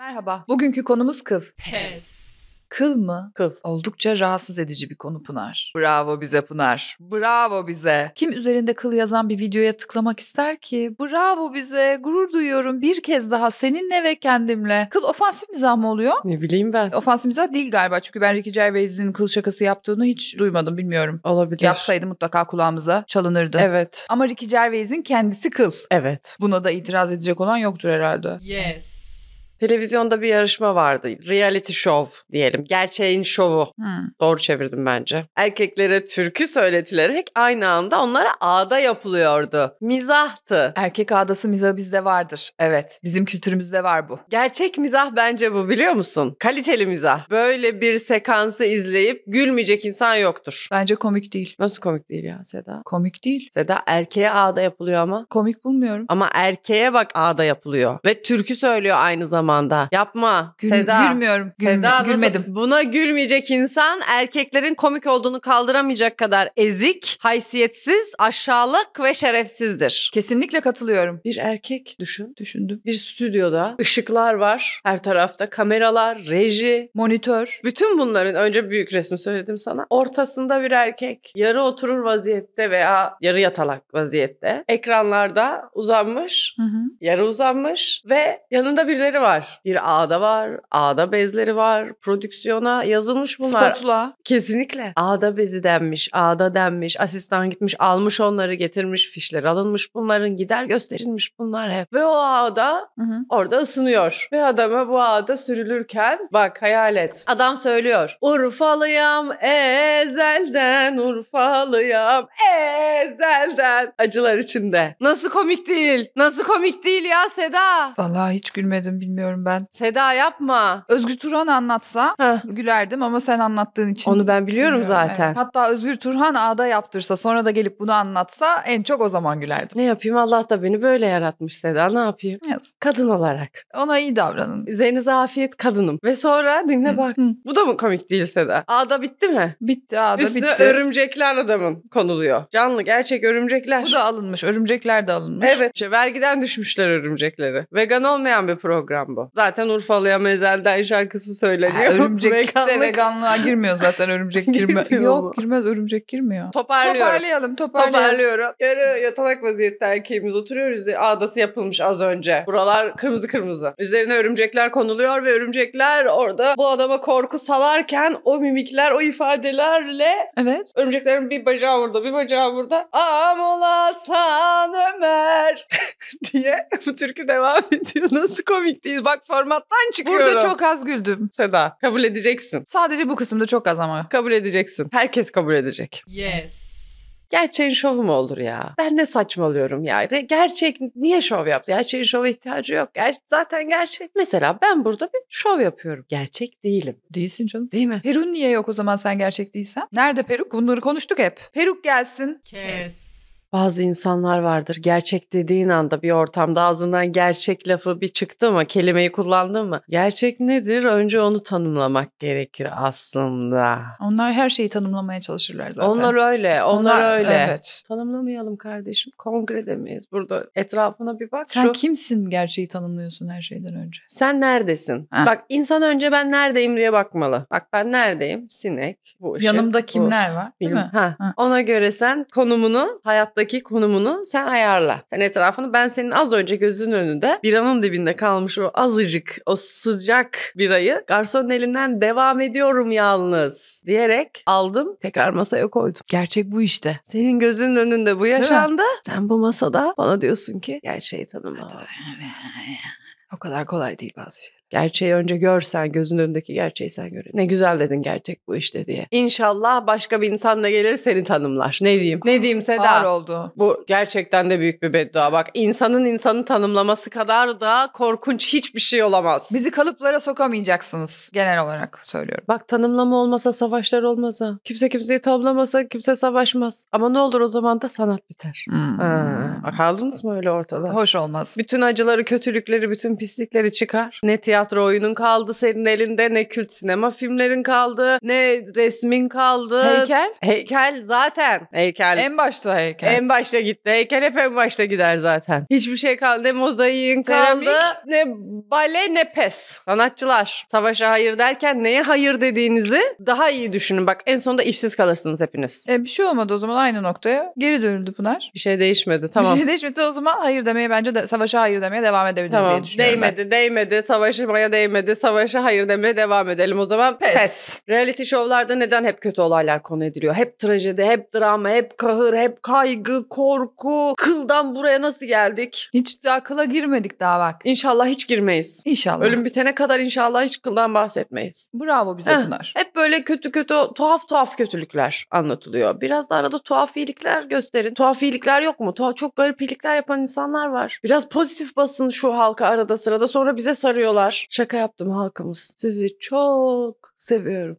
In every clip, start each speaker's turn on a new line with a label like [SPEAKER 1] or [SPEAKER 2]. [SPEAKER 1] Merhaba. Bugünkü konumuz kıl.
[SPEAKER 2] Pes.
[SPEAKER 1] Kıl mı?
[SPEAKER 2] Kıl.
[SPEAKER 1] Oldukça rahatsız edici bir konu Pınar. Bravo bize Pınar. Bravo bize. Kim üzerinde kıl yazan bir videoya tıklamak ister ki? Bravo bize. Gurur duyuyorum bir kez daha seninle ve kendimle. Kıl ofansif mizah mı oluyor?
[SPEAKER 2] Ne bileyim ben.
[SPEAKER 1] Ofansif mizah değil galiba. Çünkü ben Ricky Gervais'in kıl şakası yaptığını hiç duymadım bilmiyorum.
[SPEAKER 2] Olabilir.
[SPEAKER 1] Yapsaydı mutlaka kulağımıza çalınırdı.
[SPEAKER 2] Evet.
[SPEAKER 1] Ama Ricky Gervais'in kendisi kıl.
[SPEAKER 2] Evet.
[SPEAKER 1] Buna da itiraz edecek olan yoktur herhalde.
[SPEAKER 3] Yes.
[SPEAKER 2] Televizyonda bir yarışma vardı. Reality show diyelim. Gerçeğin şovu.
[SPEAKER 1] Hmm.
[SPEAKER 2] Doğru çevirdim bence. Erkeklere türkü söyletilerek aynı anda onlara ağda yapılıyordu. Mizahtı.
[SPEAKER 1] Erkek ağdası mizahı bizde vardır. Evet. Bizim kültürümüzde var bu.
[SPEAKER 2] Gerçek mizah bence bu biliyor musun? Kaliteli mizah. Böyle bir sekansı izleyip gülmeyecek insan yoktur.
[SPEAKER 1] Bence komik değil.
[SPEAKER 2] Nasıl komik değil ya Seda?
[SPEAKER 1] Komik değil.
[SPEAKER 2] Seda erkeğe ağda yapılıyor ama.
[SPEAKER 1] Komik bulmuyorum.
[SPEAKER 2] Ama erkeğe bak ağda yapılıyor. Ve türkü söylüyor aynı zamanda. Yapma
[SPEAKER 1] Gül-
[SPEAKER 2] Seda.
[SPEAKER 1] Gülmüyorum. Gülme-
[SPEAKER 2] Seda nasıl-
[SPEAKER 1] gülmedim.
[SPEAKER 2] buna gülmeyecek insan erkeklerin komik olduğunu kaldıramayacak kadar ezik, haysiyetsiz, aşağılık ve şerefsizdir.
[SPEAKER 1] Kesinlikle katılıyorum.
[SPEAKER 2] Bir erkek düşün.
[SPEAKER 1] Düşündüm.
[SPEAKER 2] Bir stüdyoda ışıklar var. Her tarafta kameralar, reji.
[SPEAKER 1] Monitör.
[SPEAKER 2] Bütün bunların önce büyük resmi söyledim sana. Ortasında bir erkek yarı oturur vaziyette veya yarı yatalak vaziyette. Ekranlarda uzanmış
[SPEAKER 1] Hı hı.
[SPEAKER 2] yarı uzanmış ve yanında birileri var. Bir ağda var, ağda bezleri var, prodüksiyona yazılmış bunlar.
[SPEAKER 1] Spatula.
[SPEAKER 2] Kesinlikle. Ağda bezi denmiş, ağda denmiş, asistan gitmiş, almış onları getirmiş, fişler alınmış bunların, gider gösterilmiş bunlar hep. Ve o ağda
[SPEAKER 1] Hı hı.
[SPEAKER 2] orada ısınıyor. Ve adama bu ağda sürülürken bak hayal et. Adam söylüyor. Urfalıyam ezelden, Urfalıyam ezelden. Acılar içinde. Nasıl komik değil? Nasıl komik değil ya Seda?
[SPEAKER 1] Vallahi hiç gülmedim bilmiyorum ben.
[SPEAKER 2] Seda yapma.
[SPEAKER 1] Özgür Turhan anlatsa
[SPEAKER 2] Heh,
[SPEAKER 1] gülerdim ama sen anlattığın için.
[SPEAKER 2] onu ben biliyorum
[SPEAKER 1] bilmiyorum,
[SPEAKER 2] zaten.
[SPEAKER 1] evet. Hatta Özgür Turhan ağda yaptırsa sonra da gelip bunu anlatsa en çok o zaman gülerdim.
[SPEAKER 2] Ne yapayım Allah da beni böyle yaratmış Seda ne yapayım?
[SPEAKER 1] Yazık.
[SPEAKER 2] Kadın olarak.
[SPEAKER 1] Ona iyi davranın.
[SPEAKER 2] Üzerinize afiyet kadınım. Ve sonra dinle
[SPEAKER 1] Hı,
[SPEAKER 2] bak.
[SPEAKER 1] hı.
[SPEAKER 2] Bu da mı komik değil Seda? Ağda bitti mi?
[SPEAKER 1] Bitti ağda
[SPEAKER 2] Üstüne
[SPEAKER 1] bitti.
[SPEAKER 2] örümcekler adamın konuluyor. Canlı gerçek örümcekler.
[SPEAKER 1] Bu da alınmış. Örümcekler de alınmış.
[SPEAKER 2] Evet. İşte vergiden düşmüşler örümcekleri. Vegan olmayan bir program bu. Zaten Urfalı'ya mezelden şarkısı söyleniyor.
[SPEAKER 1] Ha, örümcek de
[SPEAKER 2] Veganlık.
[SPEAKER 1] veganlığa girmiyor zaten örümcek girme.
[SPEAKER 2] Girmiyor mu?
[SPEAKER 1] Yok girmez örümcek girmiyor.
[SPEAKER 2] Toparlıyorum.
[SPEAKER 1] Toparlayalım toparlayalım.
[SPEAKER 2] Toparlıyorum. Yarı yatalak vaziyette erkeğimiz oturuyoruz. ya, Ağdası yapılmış az önce. Buralar kırmızı kırmızı. Üzerine örümcekler konuluyor ve örümcekler orada bu adama korku salarken o mimikler, o ifadelerle
[SPEAKER 1] Evet.
[SPEAKER 2] Örümceklerin bir bacağı burada, bir bacağı burada. Amolaslan Ömer diye bu türkü devam ediyor. Nasıl komik değil. Bak formattan çıkıyorum.
[SPEAKER 1] Burada çok az güldüm.
[SPEAKER 2] Seda kabul edeceksin.
[SPEAKER 1] Sadece bu kısımda çok az ama.
[SPEAKER 2] Kabul edeceksin. Herkes kabul edecek.
[SPEAKER 3] Yes.
[SPEAKER 2] Gerçeğin şovu mu olur ya? Ben ne saçmalıyorum ya? Re- Gerçek niye şov yaptı? Gerçeğin şova ihtiyacı yok. Ger- zaten gerçek. Mesela ben burada bir şov yapıyorum. Gerçek değilim.
[SPEAKER 1] Değilsin canım.
[SPEAKER 2] Değil mi?
[SPEAKER 1] Perun niye yok o zaman sen gerçek değilsen? Nerede peruk? Bunları konuştuk hep. Peruk gelsin.
[SPEAKER 3] Kes.
[SPEAKER 2] Bazı insanlar vardır gerçek dediğin anda bir ortamda ağzından gerçek lafı bir çıktı mı kelimeyi kullandın mı? Gerçek nedir? Önce onu tanımlamak gerekir aslında.
[SPEAKER 1] Onlar her şeyi tanımlamaya çalışırlar zaten.
[SPEAKER 2] Onlar öyle, onlar, öyle.
[SPEAKER 1] Evet.
[SPEAKER 2] Tanımlamayalım kardeşim. Kongrede miyiz? Burada etrafına bir bak.
[SPEAKER 1] Sen
[SPEAKER 2] Şu,
[SPEAKER 1] kimsin gerçeği tanımlıyorsun her şeyden önce?
[SPEAKER 2] sen neredesin?
[SPEAKER 1] Ha.
[SPEAKER 2] Bak insan önce ben neredeyim diye bakmalı. Bak ben neredeyim? Sinek, bu ışık,
[SPEAKER 1] Yanımda
[SPEAKER 2] Şey, bu-
[SPEAKER 1] kimler var değil
[SPEAKER 2] Bilmem.
[SPEAKER 1] mi?
[SPEAKER 2] Ha.
[SPEAKER 1] Ha.
[SPEAKER 2] Ona göre sen konumunu, hayattaki konumunu sen ayarla. Sen etrafını ben senin az önce gözünün önünde biranın dibinde kalmış o azıcık o sıcak birayı garsonun elinden devam ediyorum yalnız diyerek aldım tekrar masaya koydum.
[SPEAKER 1] Gerçek bu işte.
[SPEAKER 2] Senin gözünün önünde bu yaşandı. Sen bu masada bana diyorsun ki gerçeği tanımla.
[SPEAKER 1] O kadar kolay değil bazı şey.
[SPEAKER 2] Gerçeği önce görsen gözünün önündeki gerçeği sen gör. Ne güzel dedin gerçek bu işte diye. İnşallah başka bir insan da gelir seni tanımlar. Ne diyeyim? Ne diyeyim Seda?
[SPEAKER 1] Ağır oldu.
[SPEAKER 2] Bu gerçekten de büyük bir beddua. Bak insanın insanı tanımlaması kadar da korkunç hiçbir şey olamaz.
[SPEAKER 1] Bizi kalıplara sokamayacaksınız genel olarak söylüyorum.
[SPEAKER 2] Bak tanımlama olmasa savaşlar olmasa, kimse kimseyi tablamasa kimse savaşmaz. Ama ne olur o zaman da sanat biter. Ha, bak, kaldınız mı öyle ortada?
[SPEAKER 1] Ee, Hoş olmaz.
[SPEAKER 2] Bütün acıları, kötülükleri, bütün pislikleri çıkar. Net tiyatro oyunun kaldı senin elinde, ne kült sinema filmlerin kaldı, ne resmin kaldı.
[SPEAKER 1] Heykel?
[SPEAKER 2] Heykel zaten. Heykel.
[SPEAKER 1] En başta heykel.
[SPEAKER 2] En başta gitti. Heykel hep en başta gider zaten. Hiçbir şey kaldı. Ne mozaiğin
[SPEAKER 1] Seramik.
[SPEAKER 2] kaldı. Ne bale ne pes. Sanatçılar savaşa hayır derken neye hayır dediğinizi daha iyi düşünün. Bak en sonunda işsiz kalırsınız hepiniz.
[SPEAKER 1] E, bir şey olmadı o zaman aynı noktaya. Geri dönüldü Pınar.
[SPEAKER 2] Bir şey değişmedi. Tamam.
[SPEAKER 1] Bir şey değişmedi o zaman hayır demeye bence de, savaşa hayır demeye devam edebiliriz
[SPEAKER 2] Tamam.
[SPEAKER 1] diye düşünüyorum ben.
[SPEAKER 2] Değmedi, değmedi. Savaşmaya değmedi. Savaşa hayır demeye devam edelim o zaman.
[SPEAKER 1] Pes.
[SPEAKER 2] Pes. Reality şovlarda neden hep kötü olaylar konu ediliyor? Hep trajedi, hep drama, hep kahır, hep kaygı, korku. Kıldan buraya nasıl geldik?
[SPEAKER 1] Hiç de akıla girmedik daha bak.
[SPEAKER 2] İnşallah hiç girmeyiz.
[SPEAKER 1] İnşallah.
[SPEAKER 2] Ölüm bitene kadar inşallah hiç kıldan bahsetmeyiz.
[SPEAKER 1] Bravo bize
[SPEAKER 2] Heh.
[SPEAKER 1] Pınar.
[SPEAKER 2] Hep böyle kötü kötü tuhaf tuhaf kötülükler anlatılıyor. Biraz da arada tuhaf iyilikler gösterin. Tuhaf iyilikler yok mu? Tuhaf, çok garip iyilikler yapan insanlar var. Biraz pozitif basın şu halka arada sırada sonra bize sarıyorlar. Şaka yaptım halkımız. Sizi çok seviyorum.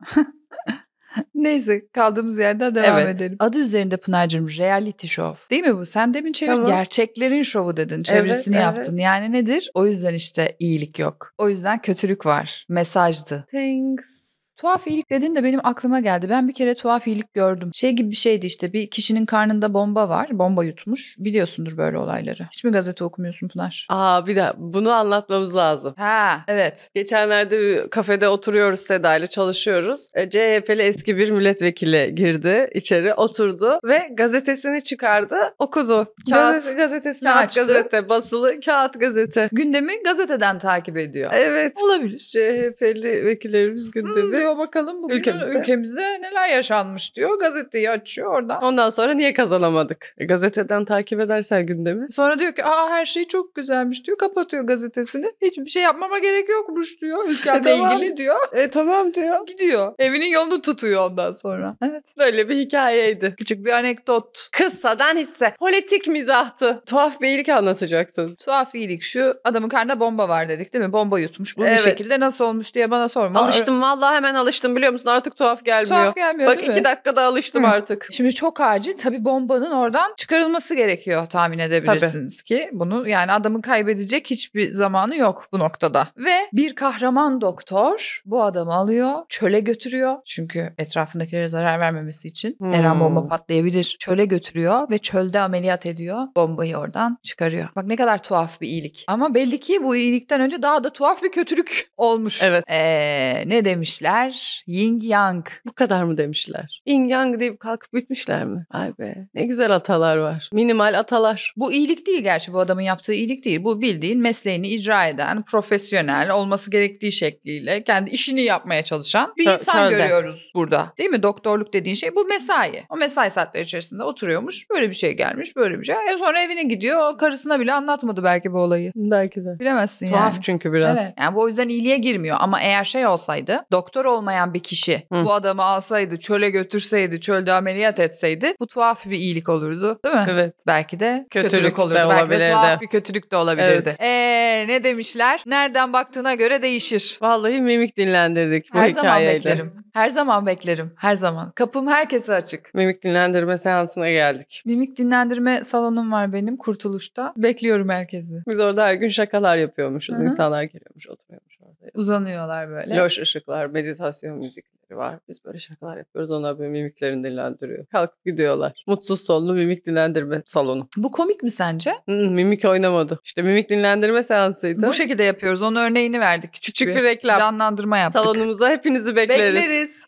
[SPEAKER 1] Neyse kaldığımız yerden devam
[SPEAKER 2] Evet.
[SPEAKER 1] edelim. Adı üzerinde Pınar'cığım reality show. Değil mi bu? Sen demin çevir
[SPEAKER 2] Tamam.
[SPEAKER 1] gerçeklerin şovu dedin. Çevirisini
[SPEAKER 2] evet.
[SPEAKER 1] yaptın. Yani nedir? O yüzden işte iyilik yok. O yüzden kötülük var. Mesajdı.
[SPEAKER 2] Thanks.
[SPEAKER 1] Tuhaf iyilik dedin de benim aklıma geldi. Ben bir kere tuhaf iyilik gördüm. Şey gibi bir şeydi işte bir kişinin karnında bomba var. Bomba yutmuş. Biliyorsundur böyle olayları. Hiç mi gazete okumuyorsun Pınar?
[SPEAKER 2] Aa bir de bunu anlatmamız lazım.
[SPEAKER 1] Ha evet.
[SPEAKER 2] Geçenlerde bir kafede oturuyoruz Seda ile çalışıyoruz. E, CHP'li eski bir milletvekili girdi içeri oturdu ve gazetesini çıkardı okudu. Kağıt,
[SPEAKER 1] Gazete, gazetesini
[SPEAKER 2] kağıt
[SPEAKER 1] açtı.
[SPEAKER 2] gazete basılı kağıt gazete.
[SPEAKER 1] Gündemi gazeteden takip ediyor.
[SPEAKER 2] Evet
[SPEAKER 1] Olabilir.
[SPEAKER 2] CHP'li vekillerimiz
[SPEAKER 1] Hmm,
[SPEAKER 2] gündemi.
[SPEAKER 1] diyor bakalım bugün ülkemizde.
[SPEAKER 2] Ülkemizde.
[SPEAKER 1] neler yaşanmış diyor. Gazeteyi açıyor oradan.
[SPEAKER 2] Ondan sonra niye kazanamadık? E, Gazeteden takip edersen gündemi.
[SPEAKER 1] Sonra diyor ki aa her şey çok güzelmiş diyor. Kapatıyor gazetesini. Hiçbir şey yapmama gerek yokmuş diyor. Ülkemle
[SPEAKER 2] E, tamam.
[SPEAKER 1] ilgili diyor.
[SPEAKER 2] E tamam diyor.
[SPEAKER 1] Gidiyor. Evinin yolunu tutuyor ondan sonra. Evet.
[SPEAKER 2] Böyle bir hikayeydi.
[SPEAKER 1] Küçük bir anekdot.
[SPEAKER 2] Kıssadan hisse. Politik mizahtı. Tuhaf bir iyilik anlatacaktın.
[SPEAKER 1] Tuhaf iyilik şu adamın karnında bomba var dedik değil mi? Bomba yutmuş. Bu bir
[SPEAKER 2] Evet.
[SPEAKER 1] şekilde nasıl olmuş diye bana sorma.
[SPEAKER 2] Alıştım vallahi hemen alıştım biliyor musun artık tuhaf gelmiyor.
[SPEAKER 1] Tuhaf gelmiyor
[SPEAKER 2] Bak
[SPEAKER 1] değil mi?
[SPEAKER 2] iki dakikada alıştım
[SPEAKER 1] Hı.
[SPEAKER 2] artık.
[SPEAKER 1] Şimdi çok acil tabii bombanın oradan çıkarılması gerekiyor tahmin edebilirsiniz ki bunu yani adamın kaybedecek hiçbir zamanı yok bu noktada. Ve bir kahraman doktor bu adamı alıyor çöle götürüyor çünkü etrafındakilere zarar vermemesi için
[SPEAKER 2] Hmm.
[SPEAKER 1] her an bomba patlayabilir. Çöle götürüyor ve çölde ameliyat ediyor bombayı oradan çıkarıyor. Bak ne kadar tuhaf bir iyilik ama belli ki bu iyilikten önce daha da tuhaf bir kötülük olmuş.
[SPEAKER 2] Evet.
[SPEAKER 1] Ee, ne demişler? Ying Yang.
[SPEAKER 2] Bu kadar mı demişler? Yin yang deyip kalkıp bitmişler mi? Ay be ne güzel atalar var. Minimal atalar.
[SPEAKER 1] Bu iyilik değil gerçi bu adamın yaptığı iyilik değil. Bu bildiğin mesleğini icra eden, profesyonel, olması gerektiği şekliyle kendi işini yapmaya çalışan bir
[SPEAKER 2] Çö-
[SPEAKER 1] insan
[SPEAKER 2] çölde.
[SPEAKER 1] görüyoruz burada. Değil mi? Doktorluk dediğin şey bu mesai. O mesai saatleri içerisinde oturuyormuş. Böyle bir şey gelmiş, böyle bir şey. E sonra evine gidiyor. Karısına bile anlatmadı belki bu olayı.
[SPEAKER 2] Belki de.
[SPEAKER 1] Bilemezsin yani.
[SPEAKER 2] Tuhaf çünkü biraz.
[SPEAKER 1] Evet. Yani bu o yüzden iyiliğe girmiyor ama eğer şey olsaydı doktor olmayan bir kişi
[SPEAKER 2] Hı.
[SPEAKER 1] bu adamı alsaydı çöle götürseydi çölde ameliyat etseydi bu tuhaf bir iyilik olurdu değil mi?
[SPEAKER 2] Ah. Evet.
[SPEAKER 1] Belki de kötülük,
[SPEAKER 2] Kötülük de
[SPEAKER 1] olurdu. Belki de
[SPEAKER 2] olabilirdi.
[SPEAKER 1] tuhaf bir kötülük de olabilirdi. Ee, ne demişler? Nereden baktığına göre değişir.
[SPEAKER 2] Vallahi mimik dinlendirdik bu
[SPEAKER 1] Her zaman
[SPEAKER 2] hikayeyle.
[SPEAKER 1] beklerim. Her zaman beklerim. Her zaman. Kapım herkese açık.
[SPEAKER 2] Mimik dinlendirme seansına geldik.
[SPEAKER 1] Mimik dinlendirme salonum var benim Kurtuluş'ta. Bekliyorum herkesi.
[SPEAKER 2] Biz orada her gün şakalar yapıyormuşuz.
[SPEAKER 1] Hı hı.
[SPEAKER 2] İnsanlar geliyormuş, oturuyormuş orada.
[SPEAKER 1] Uzanıyorlar böyle.
[SPEAKER 2] Loş ışıklar, meditasyon müzikleri var. Biz böyle şakalar yapıyoruz. Onlar böyle mimiklerini dinlendiriyor. Kalkıp gidiyorlar. Mutsuz sonlu mimik dinlendirme salonu.
[SPEAKER 1] Bu komik mi sence?
[SPEAKER 2] Hı, mimik oynamadı. İşte mimik dinlendirme seansıydı.
[SPEAKER 1] Bu şey şekilde yapıyoruz. Onun örneğini verdik. Küçük,
[SPEAKER 2] Küçük
[SPEAKER 1] bir
[SPEAKER 2] bir reklam.
[SPEAKER 1] canlandırma yaptık.
[SPEAKER 2] Salonumuza hepinizi bekleriz.
[SPEAKER 1] Bekleriz.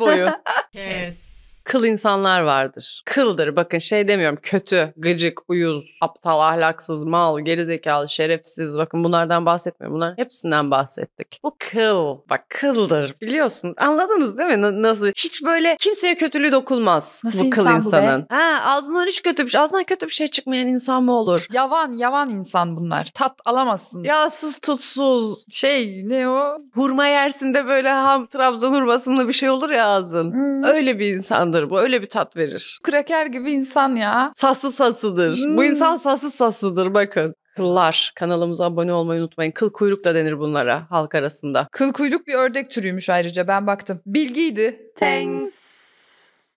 [SPEAKER 2] boyu.
[SPEAKER 3] Kes.
[SPEAKER 2] Kıl insanlar vardır. Kıldır. Bakın şey demiyorum. Kötü, gıcık, uyuz, aptal, ahlaksız, mal, gerizekalı, şerefsiz. Bakın bunlardan bahsetmiyorum. Bunların hepsinden bahsettik. Bu kıl. Bak kıldır. Biliyorsun. Anladınız değil mi? Na- Nasıl? Hiç böyle kimseye kötülüğü dokunmaz.
[SPEAKER 1] Nasıl
[SPEAKER 2] bu kıl
[SPEAKER 1] insan bu be?
[SPEAKER 2] insanın. Ha, ağzından hiç kötü bir şey. Ağzından kötü bir şey çıkmayan insan mı olur?
[SPEAKER 1] Yavan yavan insan bunlar. Tat alamazsın.
[SPEAKER 2] Yağsız tutsuz.
[SPEAKER 1] Şey ne o?
[SPEAKER 2] Hurma yersin de böyle ham Trabzon hurmasında bir şey olur ya ağzın.
[SPEAKER 1] Hmm.
[SPEAKER 2] Öyle bir insandır bu. Öyle bir tat verir.
[SPEAKER 1] Kraker gibi insan ya.
[SPEAKER 2] Saslı saslıdır.
[SPEAKER 1] Hmm.
[SPEAKER 2] Bu insan saslı saslıdır bakın. Kıllar. Kanalımıza abone olmayı unutmayın. Kıl kuyruk da denir bunlara halk arasında.
[SPEAKER 1] Kıl kuyruk bir ördek türüymüş ayrıca ben baktım. Bilgiydi.
[SPEAKER 2] Thanks.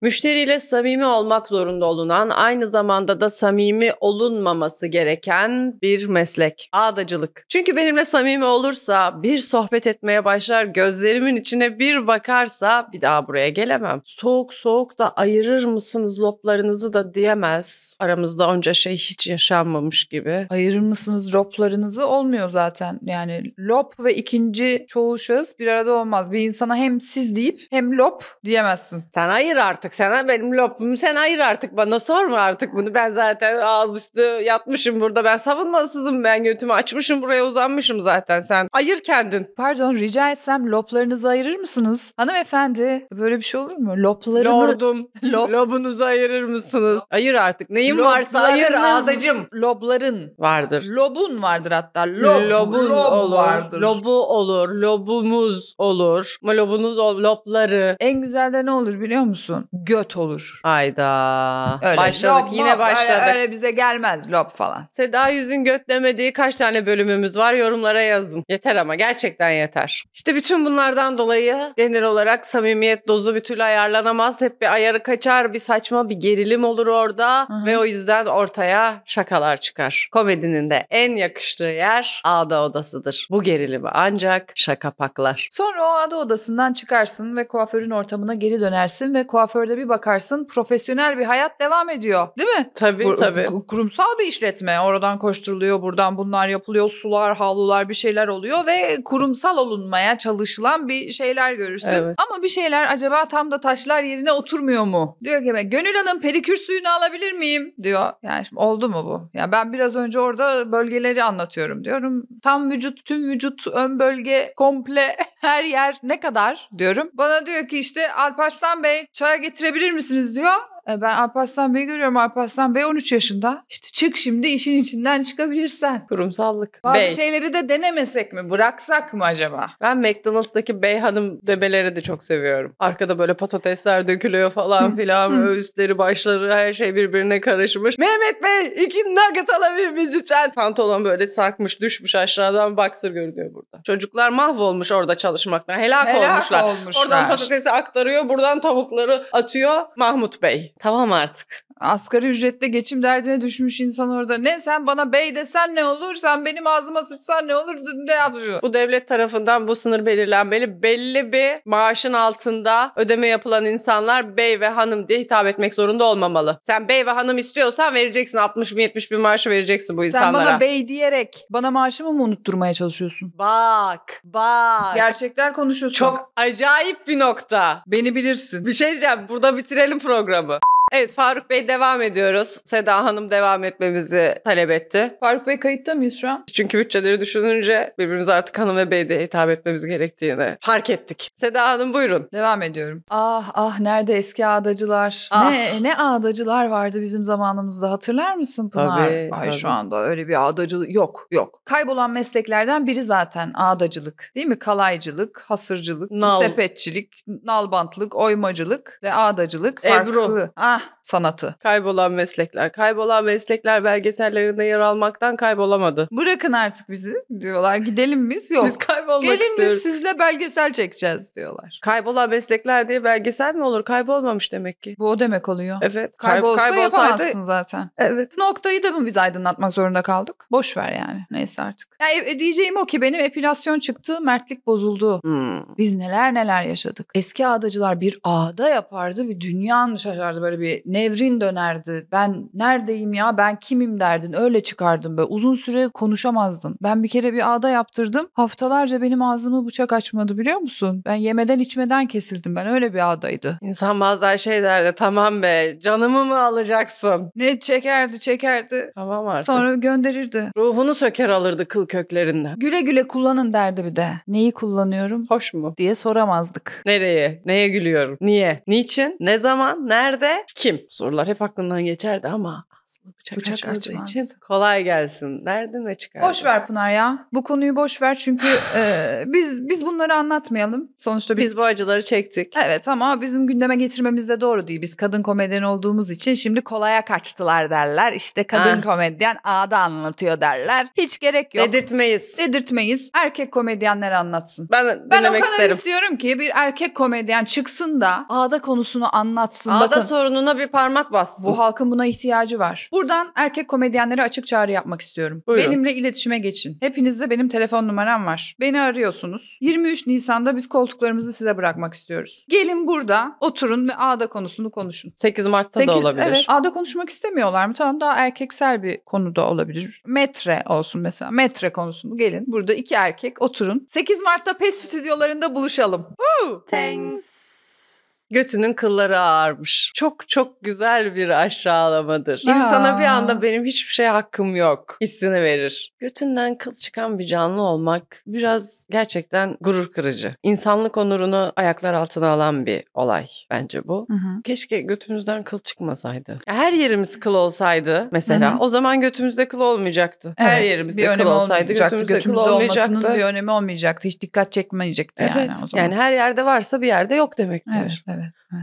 [SPEAKER 2] Müşteriyle samimi olmak zorunda olunan, aynı zamanda da samimi olunmaması gereken bir meslek. Ağdacılık. Çünkü benimle samimi olursa, bir sohbet etmeye başlar, gözlerimin içine bir bakarsa bir daha buraya gelemem. Soğuk soğuk da ayırır mısınız loplarınızı da diyemez. Aramızda onca şey hiç yaşanmamış gibi.
[SPEAKER 1] Ayırır mısınız loplarınızı? Olmuyor zaten. Yani lop ve ikinci çoğul şahıs bir arada olmaz. Bir insana hem siz deyip hem lop diyemezsin.
[SPEAKER 2] Sen ayır artık. Sen benim lopumu sen ayır artık. Bana sorma artık bunu. Ben zaten ağız üstü yatmışım burada. Ben savunmasızım. Ben götümü açmışım buraya uzanmışım zaten. Sen ayır kendin.
[SPEAKER 1] Pardon rica etsem loplarınızı ayırır mısınız? Hanımefendi böyle bir şey olur mu? Loplarını...
[SPEAKER 2] Lordum.
[SPEAKER 1] Lop-
[SPEAKER 2] Lobunuzu ayırır mısınız? Ayır artık. Neyin
[SPEAKER 1] Loblarınız-
[SPEAKER 2] varsa ayır ağzacım.
[SPEAKER 1] Lobların.
[SPEAKER 2] Vardır.
[SPEAKER 1] Lobun vardır hatta. Lob,
[SPEAKER 2] Lobun
[SPEAKER 1] lob
[SPEAKER 2] olur.
[SPEAKER 1] vardır.
[SPEAKER 2] Lobu olur. Lobumuz olur. Ama Lobunuz ol. Lopları.
[SPEAKER 1] En güzel de ne olur biliyor musun? Göt olur.
[SPEAKER 2] Ayda.
[SPEAKER 1] Öyle,
[SPEAKER 2] başladık.
[SPEAKER 1] lob,
[SPEAKER 2] Yine
[SPEAKER 1] mob,
[SPEAKER 2] başladık.
[SPEAKER 1] Öyle, öyle bize gelmez lob falan.
[SPEAKER 2] Seda Yüz'ün götlemediği kaç tane bölümümüz var yorumlara yazın. Yeter ama gerçekten yeter. İşte bütün bunlardan dolayı genel olarak samimiyet dozu bir türlü ayarlanamaz. Hep bir ayarı kaçar, bir saçma bir gerilim olur orada
[SPEAKER 1] Hı hı.
[SPEAKER 2] ve o yüzden ortaya şakalar çıkar. Komedinin de en yakıştığı yer ağda odasıdır. Bu gerilimi ancak şaka paklar.
[SPEAKER 1] Sonra o ada odasından çıkarsın ve kuaförün ortamına geri dönersin ve kuaförde bir bakarsın profesyonel bir hayat devam ediyor. Değil mi?
[SPEAKER 2] Tabii
[SPEAKER 1] Bu-
[SPEAKER 2] tabii.
[SPEAKER 1] bu Kurumsal bir işletme. Oradan koşturuluyor, buradan bunlar yapılıyor, sular, havlular bir şeyler oluyor ve kurumsal olunmaya çalışılan bir şeyler görürsün.
[SPEAKER 2] Evet.
[SPEAKER 1] Ama bir şeyler acaba tam da taşlar yerine oturmuyor mu? Diyor ki "Ben Gönül Hanım pedikür suyunu alabilir miyim? diyor. Yani şimdi oldu mu bu? Ya ben biraz önce orada bölgeleri anlatıyorum diyorum. Tam vücut, tüm vücut, ön bölge, komple her yer ne kadar diyorum. Bana diyor ki işte Alparslan Bey çaya getirebilir misiniz diyor. E, Ben Alparslan Bey'i görüyorum. Alparslan Bey 13 yaşında. İşte çık şimdi işin içinden çıkabilirsen.
[SPEAKER 2] Kurumsallık.
[SPEAKER 1] Bazı
[SPEAKER 2] Bey.
[SPEAKER 1] şeyleri de denemesek mi? Bıraksak mı acaba?
[SPEAKER 2] Ben McDonald's'taki bey hanım demeleri de çok seviyorum. Arkada böyle patatesler dökülüyor falan filan.
[SPEAKER 1] hı.
[SPEAKER 2] Üstleri başları her şey birbirine karışmış. Mehmet Bey iki nugget alabilir miyiz lütfen? Pantolon böyle sarkmış düşmüş aşağıdan boxer görünüyor burada. Çocuklar mahvolmuş orada çalışmaktan. Helak, olmuşlar. Oradan patatesi aktarıyor, buradan tavukları atıyor Mahmut Bey. Tamam artık.
[SPEAKER 1] Asgari ücretle geçim derdine düşmüş insan orada. Ne sen bana bey desen ne olur? Sen benim ağzıma sıçsan ne olur? Ne yapacaksın?
[SPEAKER 2] Bu devlet tarafından bu sınır belirlenmeli. Belli bir maaşın altında ödeme yapılan insanlar bey ve hanım diye hitap etmek zorunda olmamalı. Sen bey ve hanım istiyorsan vereceksin 60 bin 70 bin maaşı vereceksin bu
[SPEAKER 1] Sen
[SPEAKER 2] insanlara.
[SPEAKER 1] bana bey diyerek bana maaşımı mı unutturmaya çalışıyorsun?
[SPEAKER 2] Bak bak.
[SPEAKER 1] Gerçekler konuşuyorsun.
[SPEAKER 2] Çok acayip bir nokta.
[SPEAKER 1] Beni bilirsin.
[SPEAKER 2] Bir şey diyeceğim. Burada bitirelim programı. Evet Faruk Bey devam ediyoruz. Seda Hanım devam etmemizi talep etti.
[SPEAKER 1] Faruk Bey kayıtta mıyız şu an?
[SPEAKER 2] Çünkü bütçeleri düşününce birbirimize artık hanım ve bey diye hitap etmemiz gerektiğini fark ettik. Seda Hanım buyurun.
[SPEAKER 1] Devam ediyorum. Ah ah nerede eski ağdacılar?
[SPEAKER 2] Ah.
[SPEAKER 1] Ne ne ağdacılar vardı bizim zamanımızda hatırlar mısın Pınar?
[SPEAKER 2] Tabii,
[SPEAKER 1] Ay
[SPEAKER 2] tabii.
[SPEAKER 1] şu anda öyle bir ağdacılık yok yok. Kaybolan mesleklerden biri zaten ağdacılık değil mi? Kalaycılık, hasırcılık,
[SPEAKER 2] Nal.
[SPEAKER 1] sepetçilik, nalbantlık, oymacılık ve ağdacılık.
[SPEAKER 2] Ebru.
[SPEAKER 1] Farklı. Ah sanatı.
[SPEAKER 2] Kaybolan meslekler. Kaybolan meslekler belgesellerinde yer almaktan kaybolamadı.
[SPEAKER 1] Bırakın artık bizi diyorlar gidelim biz yok.
[SPEAKER 2] Biz kaybolmak
[SPEAKER 1] Gelin
[SPEAKER 2] istiyoruz.
[SPEAKER 1] biz sizle belgesel çekeceğiz diyorlar.
[SPEAKER 2] Kaybolan meslekler diye belgesel mi olur? Kaybolmamış demek ki.
[SPEAKER 1] Bu o demek oluyor.
[SPEAKER 2] Evet. kay-
[SPEAKER 1] Kaybolsa
[SPEAKER 2] kaybolsaydı-
[SPEAKER 1] yapamazsın zaten.
[SPEAKER 2] Evet.
[SPEAKER 1] noktayı da mı biz aydınlatmak zorunda kaldık? Boş ver yani. Neyse artık. Ya, e, diyeceğim o ki benim epilasyon çıktı, mertlik bozuldu.
[SPEAKER 2] Hmm.
[SPEAKER 1] Biz neler neler yaşadık. Eski ağdacılar bir ağda yapardı, bir dünyan şaşardı böyle bir nevrin dönerdi. Ben neredeyim ya, ben kimim derdin. Öyle çıkardın böyle uzun süre konuşamazdın. Ben bir kere bir ağda yaptırdım. Haftalarca benim ağzımı bıçak açmadı biliyor musun? Ben yemeden içmeden kesildim ben öyle bir ağdaydı.
[SPEAKER 2] İnsan bazen şey derdi tamam be canımı mı alacaksın?
[SPEAKER 1] Ne çekerdi çekerdi.
[SPEAKER 2] Tamam artık.
[SPEAKER 1] Sonra gönderirdi.
[SPEAKER 2] Ruhunu söker alırdı kıl köklerinden.
[SPEAKER 1] Güle güle kullanın derdi bir de. Neyi kullanıyorum
[SPEAKER 2] Hoş mu?
[SPEAKER 1] diye soramazdık.
[SPEAKER 2] Nereye? Neye gülüyorum? Niye? Niçin? Ne zaman? Nerede? Kim? Sorular hep aklından geçerdi ama Bıçak,
[SPEAKER 1] Bıçak
[SPEAKER 2] açmadığı
[SPEAKER 1] açmaz.
[SPEAKER 2] için kolay gelsin derdin ve çıkardın.
[SPEAKER 1] Boş ver Pınar ya. Bu konuyu boş ver çünkü e, biz biz bunları anlatmayalım. Sonuçta biz
[SPEAKER 2] Biz bu acıları çektik.
[SPEAKER 1] Evet ama bizim gündeme getirmemiz de doğru değil. Biz kadın komedyen olduğumuz için şimdi kolaya kaçtılar derler. İşte kadın
[SPEAKER 2] Ha.
[SPEAKER 1] komedyen A'da anlatıyor derler. Hiç gerek yok.
[SPEAKER 2] Dedirtmeyiz.
[SPEAKER 1] Dedirtmeyiz. Erkek komedyenler anlatsın.
[SPEAKER 2] Ben,
[SPEAKER 1] Ben
[SPEAKER 2] dinlemek
[SPEAKER 1] o kadar
[SPEAKER 2] isterim.
[SPEAKER 1] istiyorum ki bir erkek komedyen çıksın da A'da konusunu anlatsın.
[SPEAKER 2] Ağda
[SPEAKER 1] Bakın,
[SPEAKER 2] sorununa bir parmak bassın.
[SPEAKER 1] bu halkın buna ihtiyacı var. Buradan erkek komedyenlere açık çağrı yapmak istiyorum.
[SPEAKER 2] Buyurun.
[SPEAKER 1] Benimle iletişime geçin. Hepinizde benim telefon numaram var. Beni arıyorsunuz. 23 Nisan'da biz koltuklarımızı size bırakmak istiyoruz. Gelin burada oturun ve A'da konusunu konuşun.
[SPEAKER 2] 8 Mart'ta da
[SPEAKER 1] Sekiz-
[SPEAKER 2] olabilir.
[SPEAKER 1] Evet. A'da konuşmak istemiyorlar mı? Tamam daha erkeksel bir konuda olabilir. Metre olsun mesela. Metre konusunu gelin. Burada iki erkek oturun. 8 Mart'ta PES stüdyolarında buluşalım.
[SPEAKER 2] Thanks. Götünün kılları ağarmış. Çok çok güzel bir aşağılamadır.
[SPEAKER 1] Aa.
[SPEAKER 2] İnsana bir anda benim hiçbir şeye hakkım yok hissini verir. Götünden kıl çıkan bir canlı olmak biraz gerçekten gurur kırıcı. İnsanlık onurunu ayaklar altına alan bir olay bence bu. Keşke götümüzden kıl çıkmasaydı. Her yerimiz kıl olsaydı mesela
[SPEAKER 1] Hı
[SPEAKER 2] o zaman götümüzde kıl olmayacaktı. Her
[SPEAKER 1] Evet,
[SPEAKER 2] yerimizde
[SPEAKER 1] bir
[SPEAKER 2] kıl
[SPEAKER 1] önemi
[SPEAKER 2] olsaydı
[SPEAKER 1] olmayacaktı.
[SPEAKER 2] götümüzde, kıl olmayacaktı.
[SPEAKER 1] olmasının bir önemi olmayacaktı. Hiç dikkat çekmeyecekti
[SPEAKER 2] evet.
[SPEAKER 1] yani o zaman.
[SPEAKER 2] Yani şey her yerde varsa bir yerde yok demektir.
[SPEAKER 1] evet, evet,